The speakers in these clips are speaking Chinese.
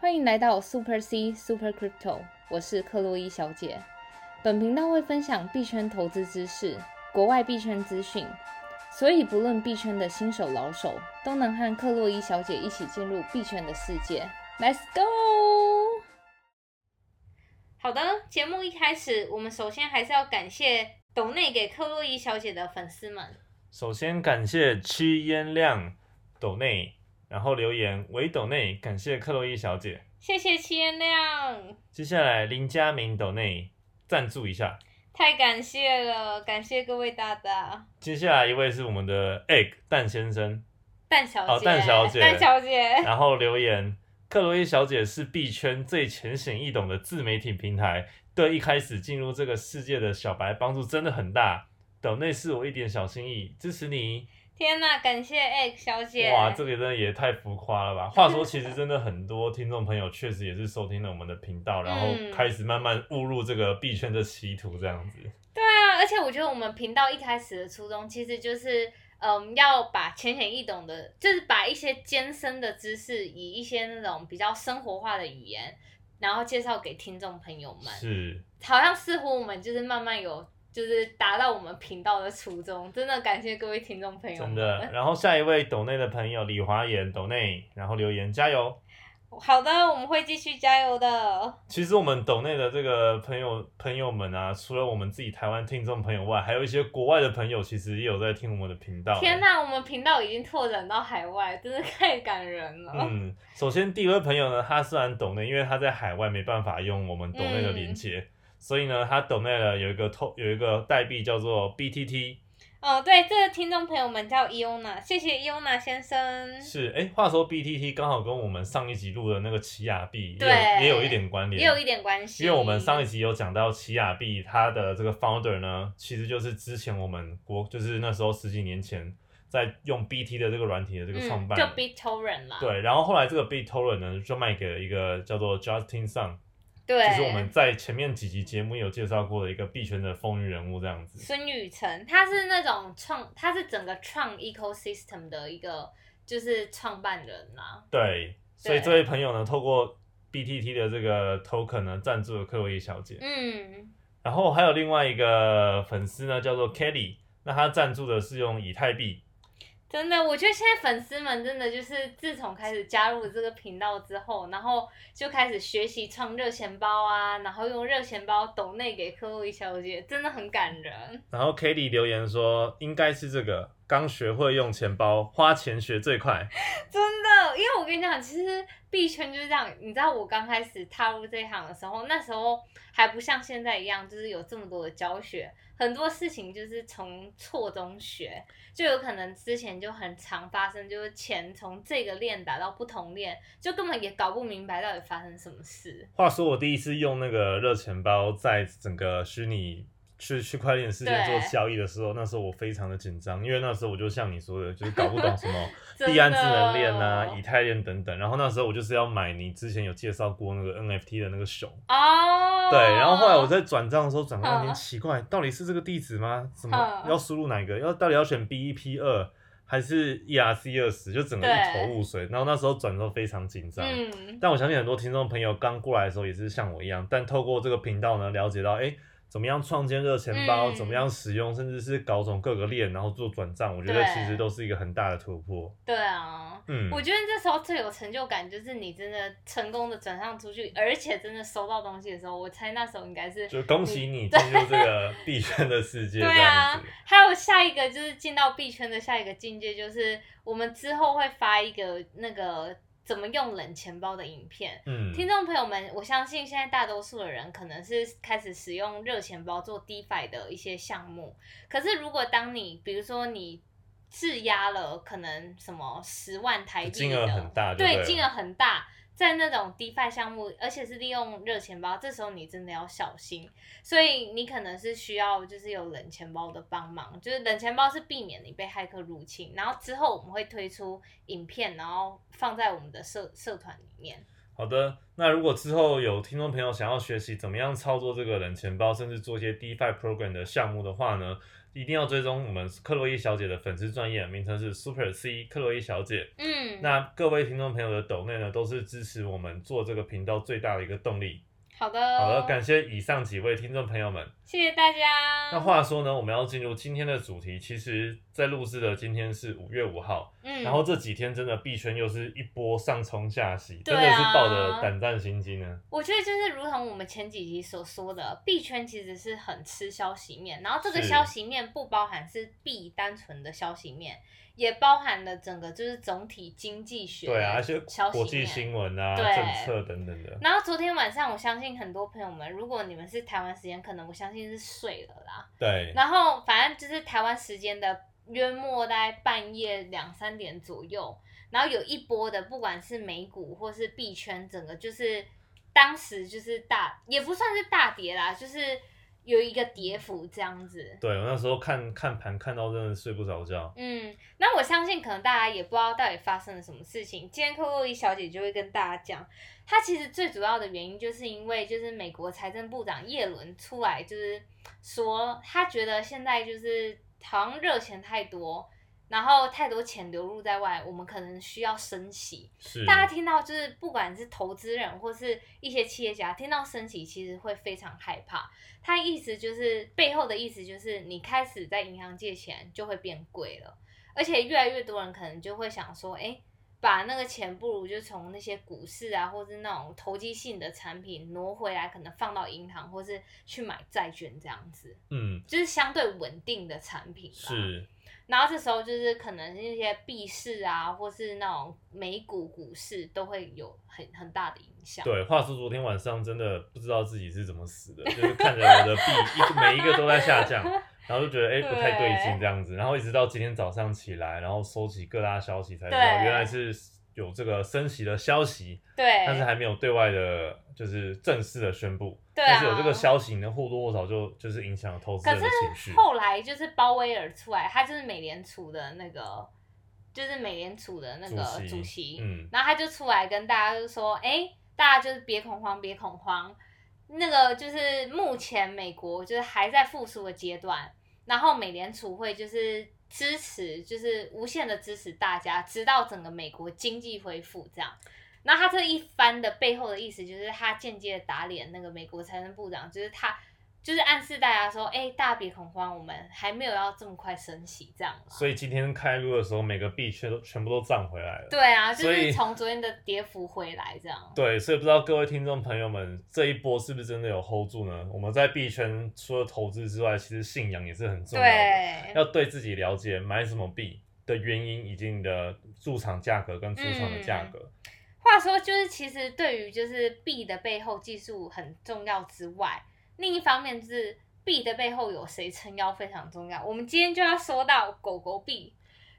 欢迎来到 Super C Super Crypto，我是克洛伊小姐。本频道会分享币圈投资知识、国外币圈资讯，所以不论币圈的新手老手，都能和克洛伊小姐一起进入币圈的世界。Let's go！好的，节目一开始，我们首先还是要感谢抖内给克洛伊小姐的粉丝们。首先感谢七烟亮斗内，然后留言为斗内，感谢克洛伊小姐。谢谢七颜亮，接下来林佳明斗内赞助一下。太感谢了，感谢各位大大、接下来一位是我们的 Egg 蛋先生，蛋小姐、哦蛋小姐蛋小姐， 然后留言克洛伊小姐是币圈最浅显易懂的自媒体平台，对一开始进入这个世界的小白帮助真的很大。斗内是我一点小心意，支持你。天呐，感谢 egg 小姐，哇，这个真的也太浮夸了吧！ 话说，其实真的很多听众朋友确实也是收听了我们的频道，然后嗯开始慢慢误入这个币圈的歧途，这样子。对啊，而且我觉得我们频道一开始的初衷其实就是，嗯，要把浅显易懂的，就是把一些艰深的知识，以一些那种比较生活化的语言，然后介绍给听众朋友们。是，好像似乎我们就是慢慢有，就是达到我们频道的初衷。真的感谢各位听众朋友真们。的。然后下一位抖内的朋友李华言抖内，然后留言加油。好的，我们会继续加油的。其实我们抖内的这个朋友朋友们啊，除了我们自己台湾听众朋友外，还有一些国外的朋友，其实也有在听我们的频道。天呐，我们频道已经拓展到海外，真的太感人了。嗯，首先第一位朋友呢，他虽然抖内，因为他在海外没办法用我们抖内的连接，嗯所以呢，他抖内了有一个透有一个代币叫做 BTT，哦，对，这个听众朋友们叫伊欧娜，谢谢伊欧娜先生，是哎，话说 BTT 刚好跟我们上一集录的那个奇亚币也有对也有一点关联，也有一点关系，因为我们上一集有讲到奇亚币，它的这个 founder 呢，其实就是之前我们国就是那时候十几年前在用 BT 的这个软体的这个创办嗯、人就 BitTorrent 啦，对，然后后来这个 BitTorrent 呢就卖给了一个叫做 Justin Sun。对，就是我们在前面几集节目有介绍过的一个币圈的风云人物这样子。孙宇晨，他是那种创，他是整个创 ecosystem 的一个就是创办人啦，对，所以对这位朋友呢，透过 BTT 的这个 token 呢，赞助了克洛伊小姐。嗯，然后还有另外一个粉丝呢，叫做 Kelly，那他赞助的是用以太币。真的，我觉得现在粉丝们真的就是自从开始加入这个频道之后，然后就开始学习创热钱包啊，然后用热钱包抖内给克洛伊小姐，真的很感人。然后 Kelly 留言说，应该是这个刚学会用钱包，花钱学最快。真的，因为我跟你讲，其实币圈就是这样。你知道我刚开始踏入这一行的时候，那时候还不像现在一样，就是有这么多的教学，很多事情就是从错中学，就有可能之前就很常发生，就是钱从这个链打到不同链，就根本也搞不明白到底发生什么事。话说我第一次用那个热钱包，在整个虚拟去区块链事件对做交易的时候，那时候我非常的紧张，因为那时候我就像你说的，就是搞不懂什么 真的币安智能链啊、以太链等等。然后那时候我就是要买你之前有介绍过那个 NFT 的那个熊，哦，对。然后后来我在转账的时候转到有嗯点奇怪，到底是这个地址吗？怎么嗯要输入哪个？要到底要选 B 一 P 二还是 ERC 二十？就整个一对头雾水。然后那时候转的时候非常紧张，嗯，但我相信很多听众朋友刚过来的时候也是像我一样，但透过这个频道呢，了解到哎，诶怎么样创建热钱包，嗯怎么样使用，甚至是搞懂各个链，然后做转账，我觉得对其实都是一个很大的突破。对啊。嗯，我觉得这时候最有成就感就是你真的成功的转让出去，而且真的收到东西的时候，我猜那时候应该是就恭喜你进入这个币圈的 世界，嗯对这啊样子。。还有下一个就是进到币圈的下一个境界，就是我们之后会发一个那个怎么用冷钱包的影片。嗯，听众朋友们，我相信现在大多数的人可能是开始使用热钱包做 DeFi 的一些项目。可是如果当你比如说你质押了可能什么十万台币的金额很大就对对，了金额很大，在那种 DeFi 项目，而且是利用热钱包，这时候你真的要小心。所以你可能是需要就是有冷钱包的帮忙，就是冷钱包是避免你被骇客入侵。然后之后我们会推出影片，然后放在我们的社社团里面。好的。那如果之后有听众朋友想要学习怎么样操作这个冷钱包，甚至做一些 DeFi program 的项目的话呢，一定要追踪我们克洛伊小姐的粉丝专业，名称是 Super C 克洛伊小姐。嗯，那各位听众朋友的抖内呢，都是支持我们做这个频道最大的一个动力。好的，好了，感谢以上几位听众朋友们。谢谢大家。那话说呢，我们要进入今天的主题。其实，在录制的今天是五月五号，嗯，然后这几天真的币圈又是一波上冲下洗，对真啊的是抱着胆战心惊啊呢。我觉得就是如同我们前几集所说的，币圈其实是很吃消息面，然后这个是消息面不包含是币单纯的消息面，也包含了整个就是总体经济学对啊，而且消息国际面。新闻啊、欸对政策等等的，然后昨天晚上，我相信很多朋友们，如果你们是台湾时间，可能我相信是睡了啦。对，然后反正就是台湾时间的约莫大概半夜两三点左右，然后有一波的，不管是美股或是币圈，整个就是当时就是大，也不算是大跌啦，就是有一个跌幅这样子。对我那时候看看盘看到真的睡不着觉。嗯，那我相信可能大家也不知道到底发生了什么事情。今天克洛伊小姐就会跟大家讲，她其实最主要的原因就是因为就是美国财政部长耶伦出来就是说，他觉得现在就是好像热钱太多，然后太多钱流入在外，我们可能需要升息。是，大家听到就是不管是投资人或是一些企业家，听到升息其实会非常害怕。他意思就是背后的意思就是你开始在银行借钱就会变贵了，而且越来越多人可能就会想说，哎、把那个钱不如就从那些股市啊，或是那种投机性的产品挪回来，可能放到银行或是去买债券这样子，嗯，就是相对稳定的产品吧。是，然后这时候就是可能那些币市啊，或是那种美股股市都会有很很大的影响。对。话说昨天晚上真的不知道自己是怎么死的，就是看着我的币一个每一个都在下降，然后就觉得哎、不太对劲这样子，然后一直到今天早上起来，然后收集各大消息才知道对原来是有这个升息的消息，对，但是还没有对外的，就是正式的宣布。对啊但是有这个消息呢，或多或少就就是影响了投资可人的情绪是。后来就是鲍威尔出来，他就是美联储的那个，就是美联储的那个主席主席，嗯，然后他就出来跟大家就说，哎、大家就是别恐慌，别恐慌。那个就是目前美国就是还在复苏的阶段，然后美联储会就是支持，就是无限的支持大家，直到整个美国经济恢复这样。那他这一番的背后的意思，就是他间接地打脸那个美国财政部长，就是他就是暗示大家说，哎、大家别恐慌，我们还没有要这么快升息这样啦。所以今天开录的时候，每个币圈都全部都涨回来了。对啊，就所以是从昨天的跌幅回来这样。对，所以不知道各位听众朋友们，这一波是不是真的有 hold 住呢？我们在币圈除了投资之外，其实信仰也是很重要的，对，要对自己了解买什么币的原因以及你的入场价格跟出场的嗯价格。话说，就是其实对于就是币的背后技术很重要之外，另一方面就是币的背后有谁撑腰非常重要。我们今天就要说到狗狗币，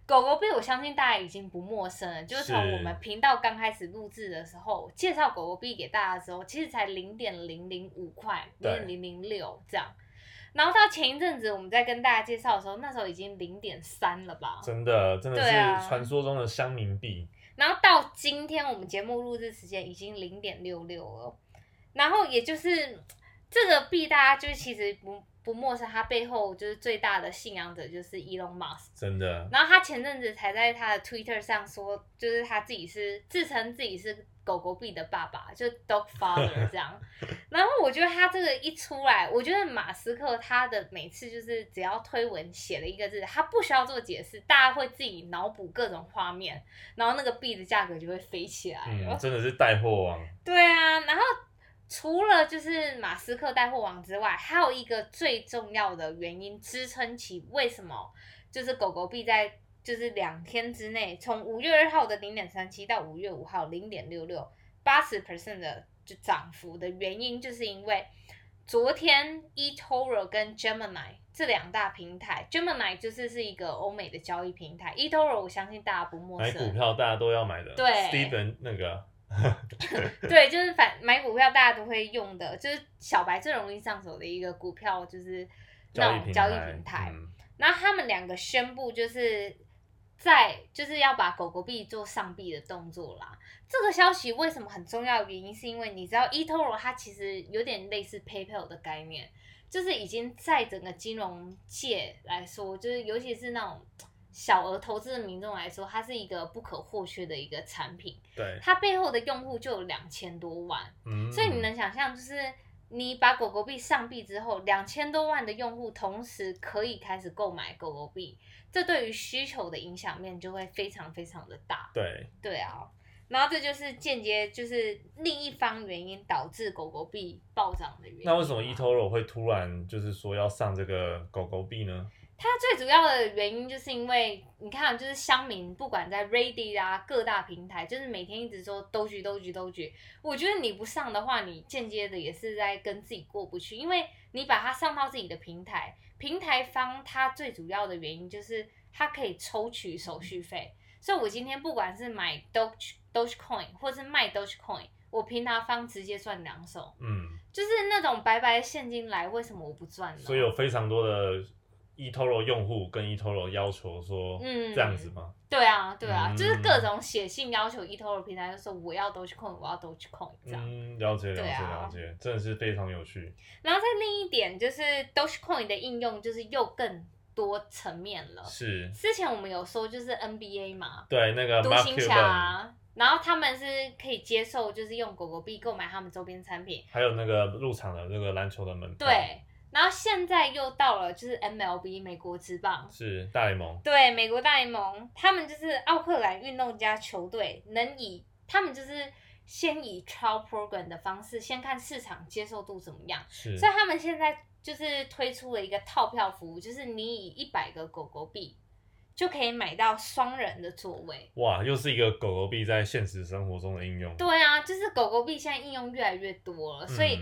狗狗币我相信大家已经不陌生了，就是从是我们频道刚开始录制的时候介绍狗狗币给大家之后，其实才零点零零五块，零对点零零六这样。然后到前一阵子我们在跟大家介绍的时候，那时候已经零点三了吧？真的，真的对啊是传说中的乡民币。然后到今天我们节目录制时间已经零点六六了，然后也就是这个币，大家就是其实不不陌生，它背后就是最大的信仰者就是 Elon Musk。真的，然后他前阵子才在他的 Twitter 上说，就是他自己是自称自己是狗狗币的爸爸，就是 Dog Father 这样。然后我觉得他这个一出来，我觉得马斯克他的每次就是只要推文写了一个字，他不需要做解释，大家会自己脑补各种画面，然后那个币的价格就会飞起来了。嗯，真的是带货王。对啊，然后除了就是马斯克带货王之外，还有一个最重要的原因支撑起为什么就是狗狗币在就是两天之内，从五月二号的零点三七到五月五号零点六六，八十 percent 的就涨幅的原因，就是因为昨天 eToro 跟 Gemini 这两大平台，Gemini 就是是一个欧美的交易平台，eToro 我相信大家不陌买生，股票大家都要买的，对 Steven 那个， 对，就是反买股票大家都会用的，就是小白最容易上手的一个股票，就是那种交易平台。嗯然后他们两个宣布，就是在就是要把狗狗币做上币的动作啦。这个消息为什么很重要？原因是因为你知道，eToro 它其实有点类似 PayPal 的概念，就是已经在整个金融界来说，就是尤其是那种小额投资的民众来说，它是一个不可或缺的一个产品。对，它背后的用户就有两千多万，嗯，所以你能想象，就是你把狗狗币上币之后，两千多万的用户同时可以开始购买狗狗币，这对于需求的影响面就会非常非常的大。对，对啊，然后这就是间接就是另一方原因导致狗狗币暴涨的原因。那为什么 eToro 会突然就是说要上这个狗狗币呢？它最主要的原因就是因为你看，就是乡民不管在 Ready 啊各大平台，就是每天一直说都举都举都举。我觉得你不上的话，你间接的也是在跟自己过不去，因为你把它上到自己的平台，平台方它最主要的原因就是它可以抽取手续费。所以我今天不管是买 Doge Dogecoin 或是卖 Dogecoin，我平台方直接赚两手，嗯，就是那种白白的现金来，为什么我不赚呢？所以有非常多的 eToro 用户跟 eToro 要求说，嗯这样子吗？对啊，对啊，嗯就是各种写信要求 eToro 平台，就说我要 Dogecoin，我要 Dogecoin 这样。嗯，了解了对解啊了解，真的是非常有趣。然后在另一点就是 Dogecoin 的应用就是又更多层面了。是，之前我们有说就是 NBA 嘛，对那个独 Mark 行 Cuban，侠，然后他们是可以接受就是用狗狗币购买他们周边产品，还有那个入场的那个篮球的门票，对。，然后现在又到了就是 MLB 美国职棒，是大联盟，对，美国大联盟，他们就是奥克兰运动家球队，能以他们就是先以 trial program 的方式，先看市场接受度怎么样。是所以他们现在就是推出了一个套票服务，就是你以一百个狗狗币就可以买到双人的座位。哇，又是一个狗狗币在现实生活中的应用，对啊，就是狗狗币现在应用越来越多了，嗯，所以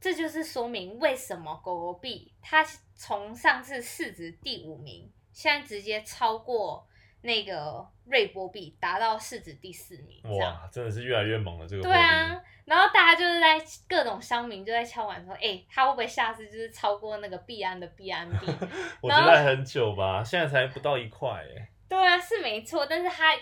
这就是说明为什么狗狗币它从上次市值第五名，现在直接超过那个瑞波币，达到市值第四名。这样，哇，真的是越来越猛了这个货对币，啊，然后大家就是在各种乡民就在敲碗说，哎、它会不会下次就是超过那个币安的币安 币？我然觉后得还很久吧，现在才不到一块哎，对啊，是没错，但是它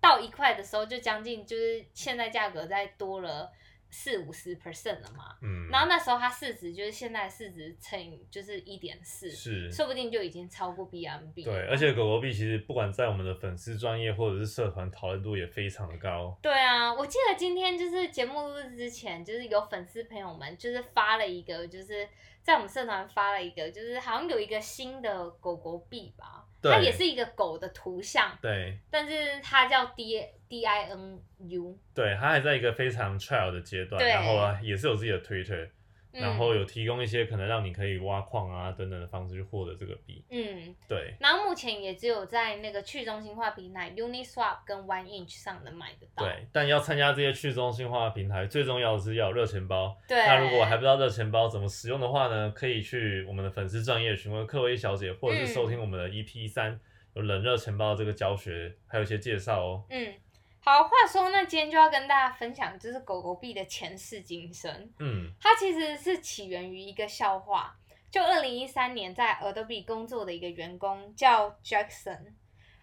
到一块的时候就将近就是现在价格再多了四五十 percent 了嘛。嗯，然后那时候它市值就是现在市值乘以就是一点四，是说不定就已经超过 BMB。对，而且狗狗币其实不管在我们的粉丝专业或者是社团讨论度也非常的高，对啊，我记得今天就是节目录制之前，就是有粉丝朋友们就是发了一个，就是在我们社团发了一个，就是好像有一个新的狗狗币吧，对它也是一个狗的图像，对但是它叫 D D I N U，对，它还在一个非常 trial 的阶段，对然后啊也是有自己的 Twitter，嗯然后有提供一些可能让你可以挖矿啊等等的方式去获得这个币，嗯，对，然后目前也只有在那个去中心化平台 Uniswap 跟 One Inch 上能买得到。对，但要参加这些去中心化的平台，最重要的是要有热钱包。对，那如果还不知道热钱包怎么使用的话呢，可以去我们的粉丝专业询问克洛伊小姐，或者是嗯收听我们的 EP 三、有冷热钱包这个教学，还有一些介绍哦。嗯，好，话说那今天就要跟大家分享，就是狗狗币的前世今生。嗯，它其实是起源于一个笑话，就二零一三年在 Adobe 工作的一个员工叫 Jackson，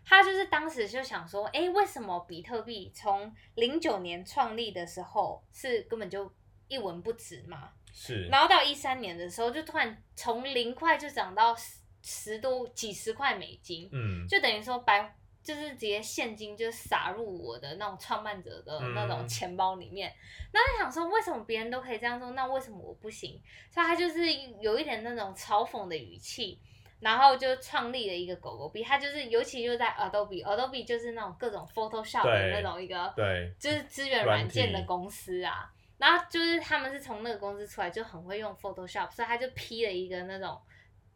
他就是当时就想说，哎，为什么比特币从零九年创立的时候是根本就一文不值嘛？是，然后到一三年的时候，就突然从零块就涨到十十多几十块美金，嗯，就等于说白，就是直接现金就撒入我的那种创办者的那种嗯钱包里面。那他想说，为什么别人都可以这样做，那为什么我不行？所以他就是有一点那种嘲讽的语气。然后就创立了一个狗狗币，他就是尤其就在 Adobe，Adobe 就是那种各种 Photoshop 的那对种一个对，就是资源软件的软体公司啊。然后就是他们是从那个公司出来，就很会用 Photoshop，所以他就 P 了一个那种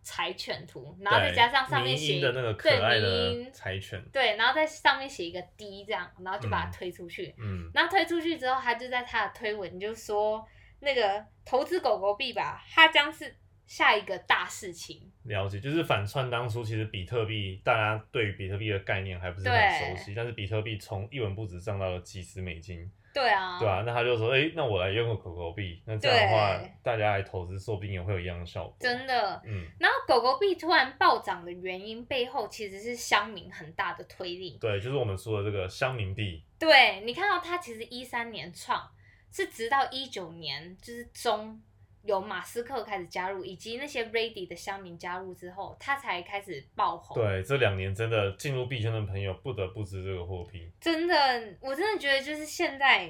柴犬图，然后再对加上上面迷写因的那个可对爱迷的因柴犬，对，然后在上面写一个 D 这样，然后就把它嗯推出去。嗯，然后推出去之后，他就在他的推文就说，那个投资狗狗币吧，它将是下一个大事情。了解，就是反串当初其实比特币，大家对于比特币的概念还不是对很熟悉，但是比特币从一文不值涨到了几十美金，对啊，对啊，那他就说，哎、那我来用个狗狗币，那这样的话对，大家来投资，说不定也会有一样的效果。真的。嗯，然后狗狗币突然暴涨的原因背后其实是乡民很大的推力。对，就是我们说的这个乡民币，对你看到它其实一三年创，是直到一九年就是中有马斯克开始加入，以及那些 Ready 的乡民加入之后，他才开始爆红。对，这两年真的进入币圈的朋友不得不知这个货币。真的，我真的觉得就是现在，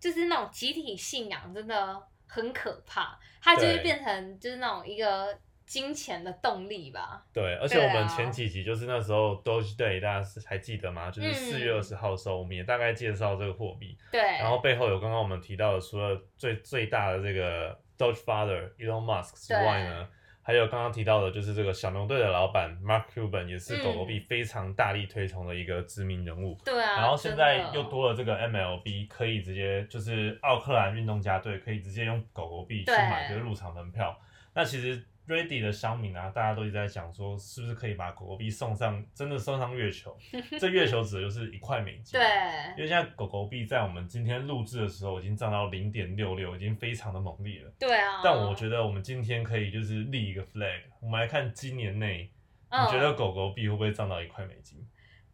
就是那种集体信仰真的很可怕，它就会对变成就是那种一个金钱的动力吧。对，而且对我啊们前几集就是那时候 Doge Day，大家是还记得吗？就是嗯四月二十号的时候，我们也大概介绍这个货币，对，然后背后有刚刚我们提到的，除了最最大的这个 Doge Father Elon Musk 之外呢，还有刚刚提到的，就是这个小牛队的老板 Mark Cuban 也是嗯狗狗币非常大力推崇的一个知名人物。对啊，然后现在真的又多了这个 MLB，可以直接就是奥克兰运动家队可以直接用狗狗币去对买这个入场门票。那其实 Ready 的乡民啊，大家都一直在讲说，是不是可以把狗狗币送上，真的送上 月球？这月球指的就是一块美金。对。因为现在狗狗币在我们今天录制的时候已经涨到零点六六，已经非常的猛烈了。对啊，但我觉得我们今天可以就是立一个 flag，我们来看今年内，嗯你觉得狗狗币会不会涨到一块美金？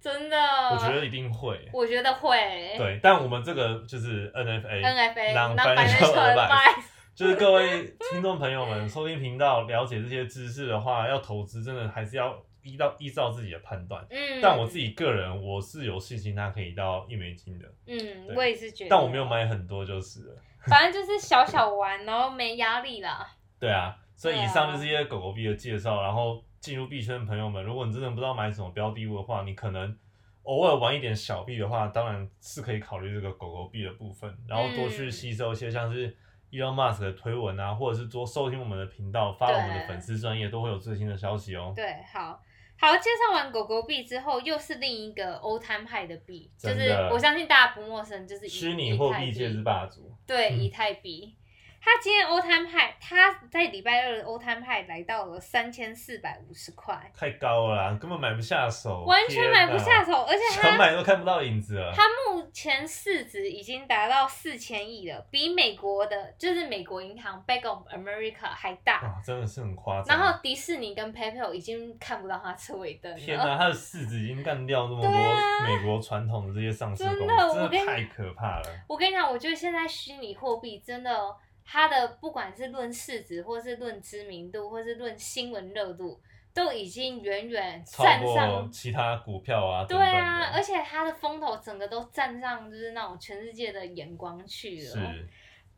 真的，我我觉得一，定会。我觉得会，对，但我们这个就是 NFA ，NFA Non-financial 那百分之 advice 就是各位听众朋友们收听频道了解这些知识的话，要投资真的还是要依到依照自己的判断。嗯，但我自，己个人我是有信心它可以到一美金的，嗯，对我也是觉得，但我没有，买很多就是了。反正就是小小玩，然后没压力啦，对啊，所以对以啊上就是一些狗狗币的介绍。然后进入币圈的朋友们，如果你真的不知道买什么标的物的话，你可能偶尔玩一点小币的话，当然是可以考虑这个狗狗币的部分，然后多去嗯吸收一些像是 Elon Musk 的推文啊，或者是多收听我们的频道，发我们的对粉丝专业，都会有最新的消息哦。对，好。好，介绍完狗狗币之后，又是另一个欧摊派的币，就真的是我相信大家不陌生，就是以虚拟货币界之，霸主，以太 对，嗯以太币。它今天欧摊派，它在礼拜二的欧摊派来到了三千四百五十块，太高了啊啦，根本买不下手，完全买不下手，手，而且它想买都看不到影子了。它目前市值已经达到四千亿了，比美国的，就是美国银行 Bank of America 还大。啊，真的是很夸张。然后迪士尼跟 PayPal 已经看不到它车尾灯天了。哪，它的市值已经干掉那么多对啊美国传统的这些上市公司，真真的我跟你太可怕了。我跟你讲，我觉得现在虚拟货币真的，它的不管是论市值，或是论知名度，或是论新闻热度，都已经远远超站过上。其他股票啊，对啊，等等的而且它的风头整个都站上，就是那种全世界的眼光去了。是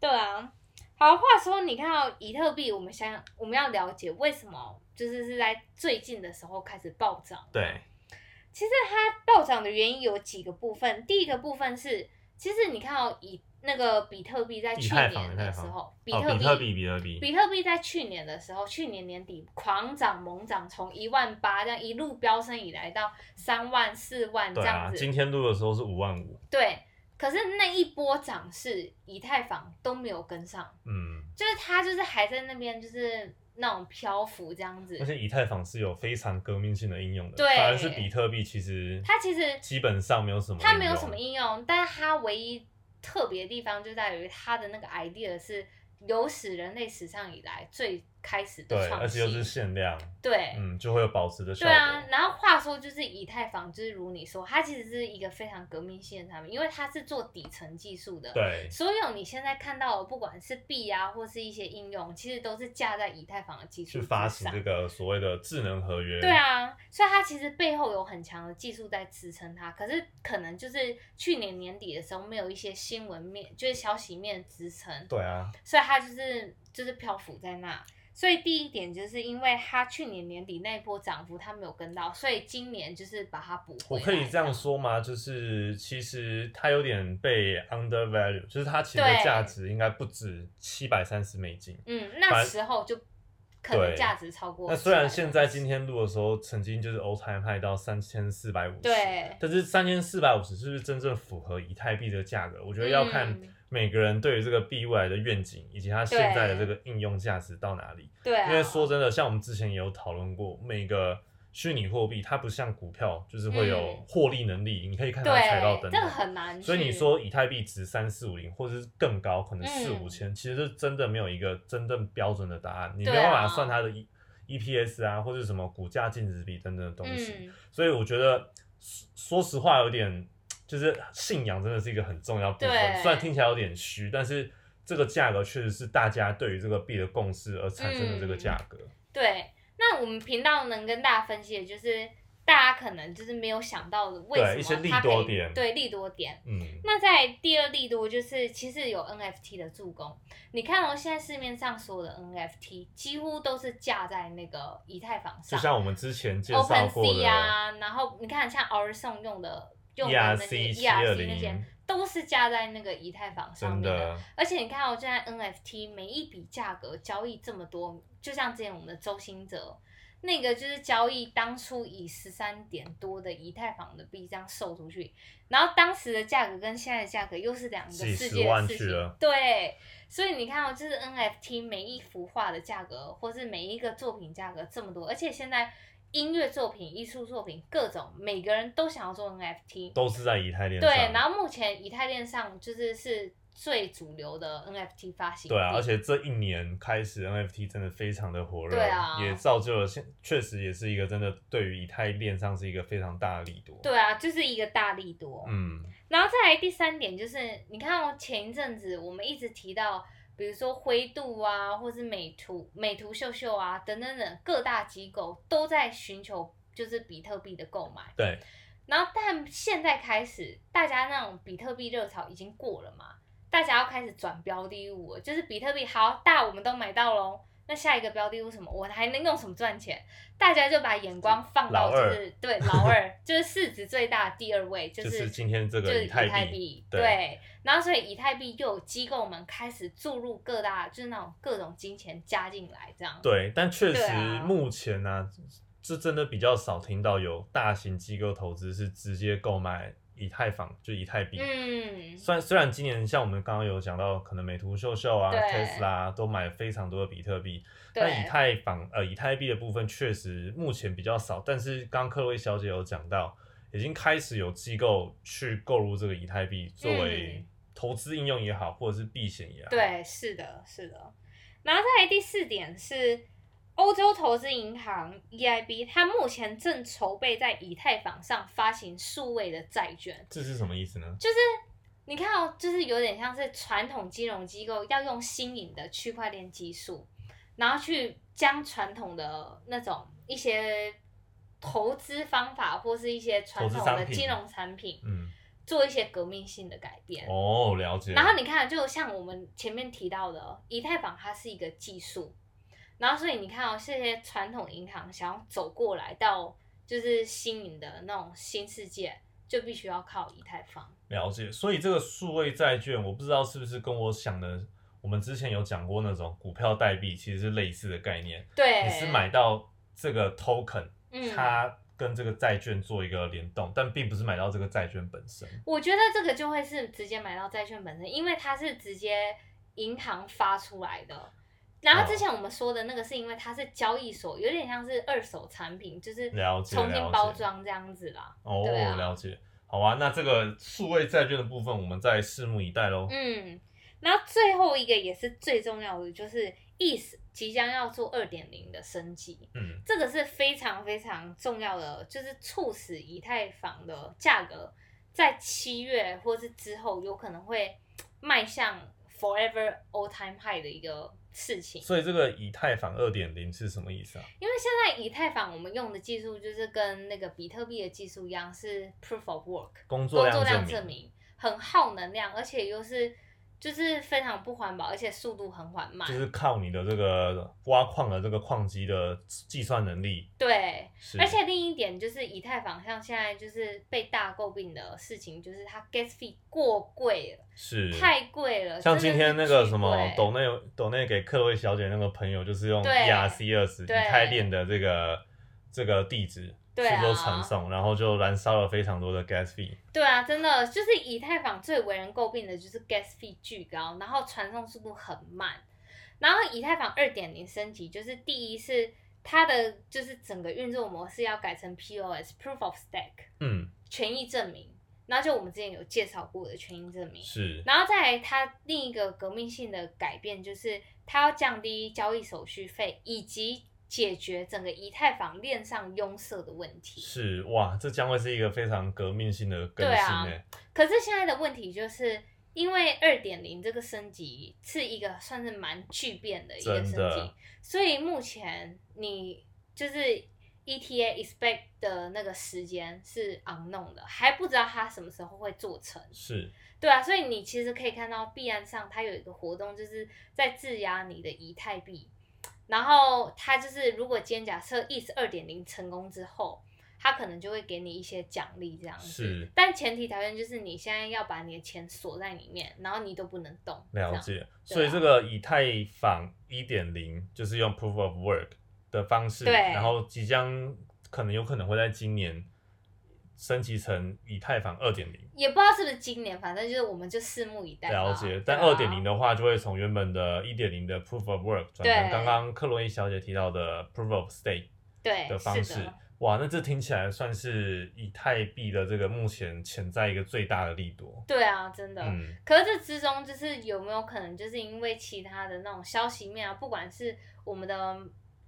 对啊，好，话说你看到比特币，我们想我们要了解为什么就是是在最近的时候开始暴涨。对，其实它暴涨的原因有几个部分，第一个部分是，其实你看到以那个比特币在以去太坊年的时候，比哦，特比币、特币，比特币，比特币在去年的时候，去年年底狂涨猛涨，从一万八这样一路飙升以来到三万、四万这对样啊，子。今天录的时候是五万五，对，可是那一波涨势，以太坊都没有跟上。嗯，就是他就是还在那边就是那种漂浮这样子而。且以太坊是有非常革命性的应用的，对反而是比特币其实它其实基本上没有什么，啊它没有什么，应用，但是它唯一特别的地方就在于它的那个 idea 是有史人类史上以来最开始的对，创而且又是新。限量，对，嗯，就会有保值的效对果，啊，然后话说就是以太坊，就是如你说，它其实是一个非常革命性的产品，因为它是做底层技术的。对，所有你现在看到的，不管是币啊，或是一些应用，其实都是架在以太坊的技术去之发行上这个所谓的智能合约，对，啊，所以它其实背后有很强的技术在支撑它，可是可能就是去年年底的时候没有一些新闻面，就是消息面支撑，对啊，所以它就是就是漂浮在那。所以第一点就是因为它去年年底那一波涨幅它没有跟到，所以今年就是把它补回我来。可以这样，说吗？就是其实它有点被 undervalue，就是它其实对价值应该不止七百三十美金。嗯，反那时候就可能对价值超过700。那虽然现在今天录的时候，曾经就是 all time high 到三千四百五十，对但是三千四百五十是不是真正符合以太币这个价格？我觉得要看嗯每个人对于这个币未来的愿景，以及它现在的这个应用价值到哪里。对、啊，因为说真的，像我们之前也有讨论过，每个虚拟货币它不像股票，就是会有嗯获利能力，你可以看它的财报对等等。这个很难去。所以你说以太币值三四五零，或者是更高，可能四嗯五千，其实是真的没有一个真正标准的答案，你没对啊有办法算它的 E EPS 啊，或者什么股价净值比等等的东西。嗯，所以我觉得说说实话有点，就是信仰真的是一个很重要部分。对虽然听起来有点虚，但是这个价格确实是大家对于这个币的共识而产生嗯的这个价格。对，那我们频道能跟大家分析的就是大家可能就是没有想到的，为对什么一些利它可以多点对利多点。嗯，那在第二利多就是，其实有 NFT 的助攻。你看哦，现在市面上所有的 NFT 几乎都是架在那个以太坊就上像我们之前介绍过的，OpenSea 啊，然后你看像 o r s o n 用的用的 E 那些 ERC E 七二 ERC 那些零，都是架在那个以太坊上真面的而且你看哦，现在 NFT 每一笔价格交易这么多，就像之前我们的周星哲那个就是交易当初以十三点多的以太坊的币这样售出去，然后当时的价格跟现在的价格又是两个几十世界的万事去情了。对，所以你看哦，就是 NFT 每一幅画的价格，或是每一个作品价格这么多，而且现在音乐作品、艺术作品各种，每个人都想要做 NFT。都是在以太链上。对，然后目前以太链上就是是最主流的 NFT 发行地。对啊，而且这一年开始 NFT 真的非常的火热，对啊也造就了现确实也是一个真的对于以太链上是一个非常大的利多。，对啊，就是一个大力多。嗯，然后再来第三点就是，你看哦，前一阵子我们一直提到，比如说灰度啊，或是美图、美图秀秀啊等等等，各大机构都在寻求就是比特币的购买。对，然后，但现在开始，大家那种比特币热潮已经过了嘛，大家要开始转标的物了，就是比特币好大，我们都买到喽。那下一个标的物什么？我还能用什么赚钱？大家就把眼光放到老就二是对老二，就是市值最大的第二位，就就是是今天这就个是以以太太币，币对对。然后所以以太币又有机构们开始注入各大就是那种各种金钱加进来这样。对，但确对实啊目前呢、这真的比较少听到有大型机构投资是直接购买以太坊，就以太币。嗯，虽然虽然今年像我们刚刚有讲到，可能美图秀秀啊、对 Tesla 啊都买非常多的比特币，但以对，太坊呃以太币的部分确实目前比较少，但是刚克洛伊小姐有讲到，已经开始有机构去购入这个以太币作为嗯投资应用也好，或者是避险也好。，对，是的，是的。然后再来第四点是，欧洲投资银行 EIB，它目前正筹备在以太坊上发行数位的债券。这是什么意思呢？你看哦，就是有点像是传统金融机构要用新颖的区块链技术，然后去将传统的那种一些投资方法或是一些传投资统商的品金融产品嗯，做一些革命性的改变。哦，了解。然后你看，就像我们前面提到的，哦以太坊它是一个技术，然后所以你看哦，这些传统银行想要走过来到就是新颖的那种新世界，就必须要靠以太坊。了解，所以这个数位债券，我不知道是不是跟我想的，我们之前有讲过那种股票代币，其实是类似的概念。对，你是买到这个 token，、嗯它跟这个债券做一个联动，但并不是买到这个债券本身。我觉得这个就会是直接买到债券本身，因为它是直接银行发出来的。然后之前我们说的那个是因为它是交易所，有点像是二手产品，就是了解重新了解包装这样子啦。哦，对啊了解。好啊，那这个数位债券的部分，我们再拭目以待喽。嗯，然后最后一个也是最重要的，就是 ETH 即将要做二点零的升级，嗯，这个是非常非常重要的，就是促使以太坊的价格在七月或是之后有可能会迈向 forever all time high 的一个事情。所以这个以太坊二点零是什么意思啊？因为现在以太坊我们用的技术就是跟那个比特币的技术一样，是 proof of work。工工作作量量证证明，很耗能量，而且又是就是非常不环保，而且速度很缓慢。就是靠你的这个挖矿的这个矿机的计算能力。对，是而且另一点就是以太坊像现在就是被大诟病的事情，就是它 gas fee 过贵了，是太贵了。像今天那个真什的么是巨贵抖内抖内给克薇小姐那个朋友，就是用对 ERC 二十以对太链的这个这个地址对去啊做传送，然后就燃烧了非常多的 gas fee。对啊，真的就是以太坊最为人诟病的就是 gas fee 巨高，然后传送速度很慢。然后以太坊二点零升级，就是第一是它的就是整个运作模式要改成 POS proof of stake，嗯，权益证明，然后就我们之前有介绍过的权益证明，是然后再来它另一个革命性的改变就是它要降低交易手续费，以及解决整个以太坊链上拥塞的问题。是哇，这将会是一个非常革命性的更对新欸啊诶、可是现在的问题就是因为二点零这个升级是一个算是蛮巨变的一个升真的级，所以目前你就是 ETA expect 的那个时间是 unknown 的，还不知道它什么时候会做成。是对啊，所以你其实可以看到币安上它有一个活动，就是在质押你的以太币，然后它就是如果今天假设 ETH 二点零成功之后，它可能就会给你一些奖励这样子。是但前提条件就是你现在要把你的钱锁在里面，然后你都不能动。了这样。啊解，所以这个以太坊一点零就是用 proof of work 的方式，对然后即将可能有可能会在今年升级成以太坊二点零。也不知道是不是今年，反正就是我们就拭目以待吧。了解，但对啊二点零的话，就会从原本的一点零的 proof of work 转成对刚刚克洛伊小姐提到的 proof of stake 对的方是式。哇，那这听起来算是以太币的这个目前潜在一个最大的利多。对啊，真的。嗯，可是这之中，就是有没有可能，就是因为其他的那种消息面啊，不管是我们的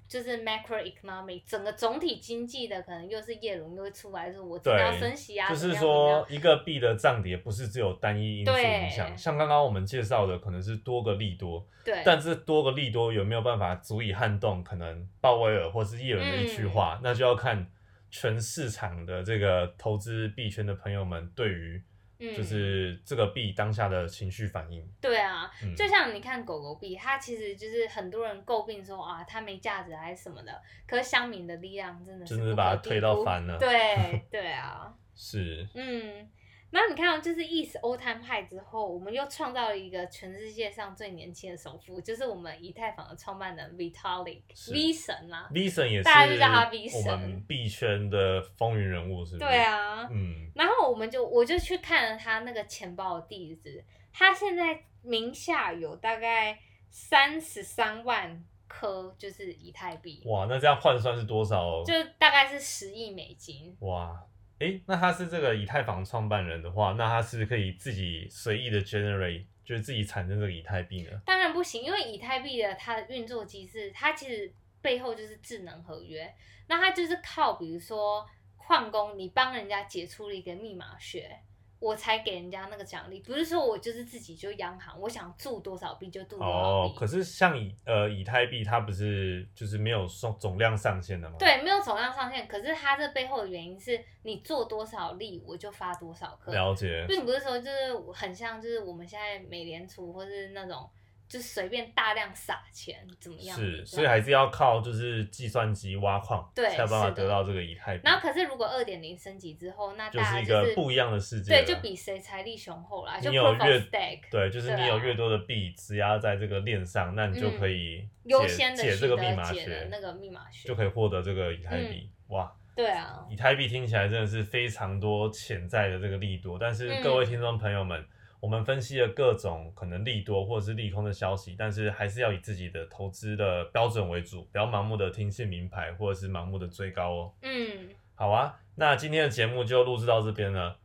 就是 macroeconomic 整个总体经济的，可能又是耶伦又会出来说，我真的要对升息啊，就怎么样是怎么说样一个币的涨跌不是只有单一因素对影响，像刚刚我们介绍的可能是多个利多，对，但这多个利多有没有办法足以撼动可能鲍威尔或是耶伦的一句嗯话，那就要看全市场的这个投资币圈的朋友们对于嗯就是这个币当下的情绪反应。对啊，嗯，就像你看狗狗币，它其实就是很多人诟病说啊，它没价值还是什么的，可是乡民的力量真的是真的不可把它低推到估翻了对对啊，是嗯，那你看哦，就是 East Old Time High 之后，我们又创造了一个全世界上最年轻的首富，就是我们以太坊的创办人 Vitalik 是嗯 V 神啦、啊。 V 神也是大家就叫他 V 神我们币圈的风云人物，是不是？对，啊，嗯，然后我们就我就去看了他那个钱包的地址，他现在名下有大概三十三万颗，就是以太币，哇，那这样换算是多少？就大概是十亿美金。哇，诶，那他是这个以太坊创办人的话，那他是不是可以自己随意的 generate，就是自己产生这个以太币呢？当然不行，因为以太币的它的运作机制，它其实背后就是智能合约，那它就是靠比如说矿工，你帮人家解出了一个密码学。我才给人家那个奖励，不是说我就是自己就央行，我想注多少币就注多少哦币，，可是像以呃以太币，它不是就是没有总总量上限的吗？，对，没有总量上限。可是它这背后的原因是你做多少利，我就发多少颗。了解就。你不是说就是很像就是我们现在美联储或是那种就随便大量撒钱怎么样？是，这所以样还是要靠就是计算机挖矿，对才有办法是的得到这个以太币。然后可是如果二点零升级之后，那就大是家一就个是不一样的世界了。对，就比谁财力雄厚啦，就你有 proof of 越 stake 对，就是你对啊嗯有越多的币质押在这个链上，那你就可以解、优先的解这个密码解学的，那个密码学，嗯就可以获得这个以太币。哇，对啊，以太币听起来真的是非常多潜在的这个利多，但是嗯各位听众朋友们，我们分析了各种可能利多或者是利空的消息，但是还是要以自己的投资的标准为主，不要盲目的听信名牌或者是盲目的追高哦。嗯，好啊，那今天的节目就录制到这边了。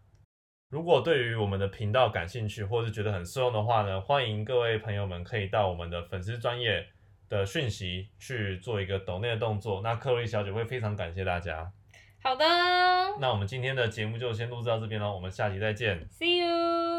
如果对于我们的频道感兴趣，或是觉得很受用的话呢，欢迎各位朋友们可以到我们的粉丝专业的讯息去做一个抖内的动作。那克洛伊小姐会非常感谢大家。好的那我们今天的节目就先录制到这边喽，我们下期再见。 ，See you。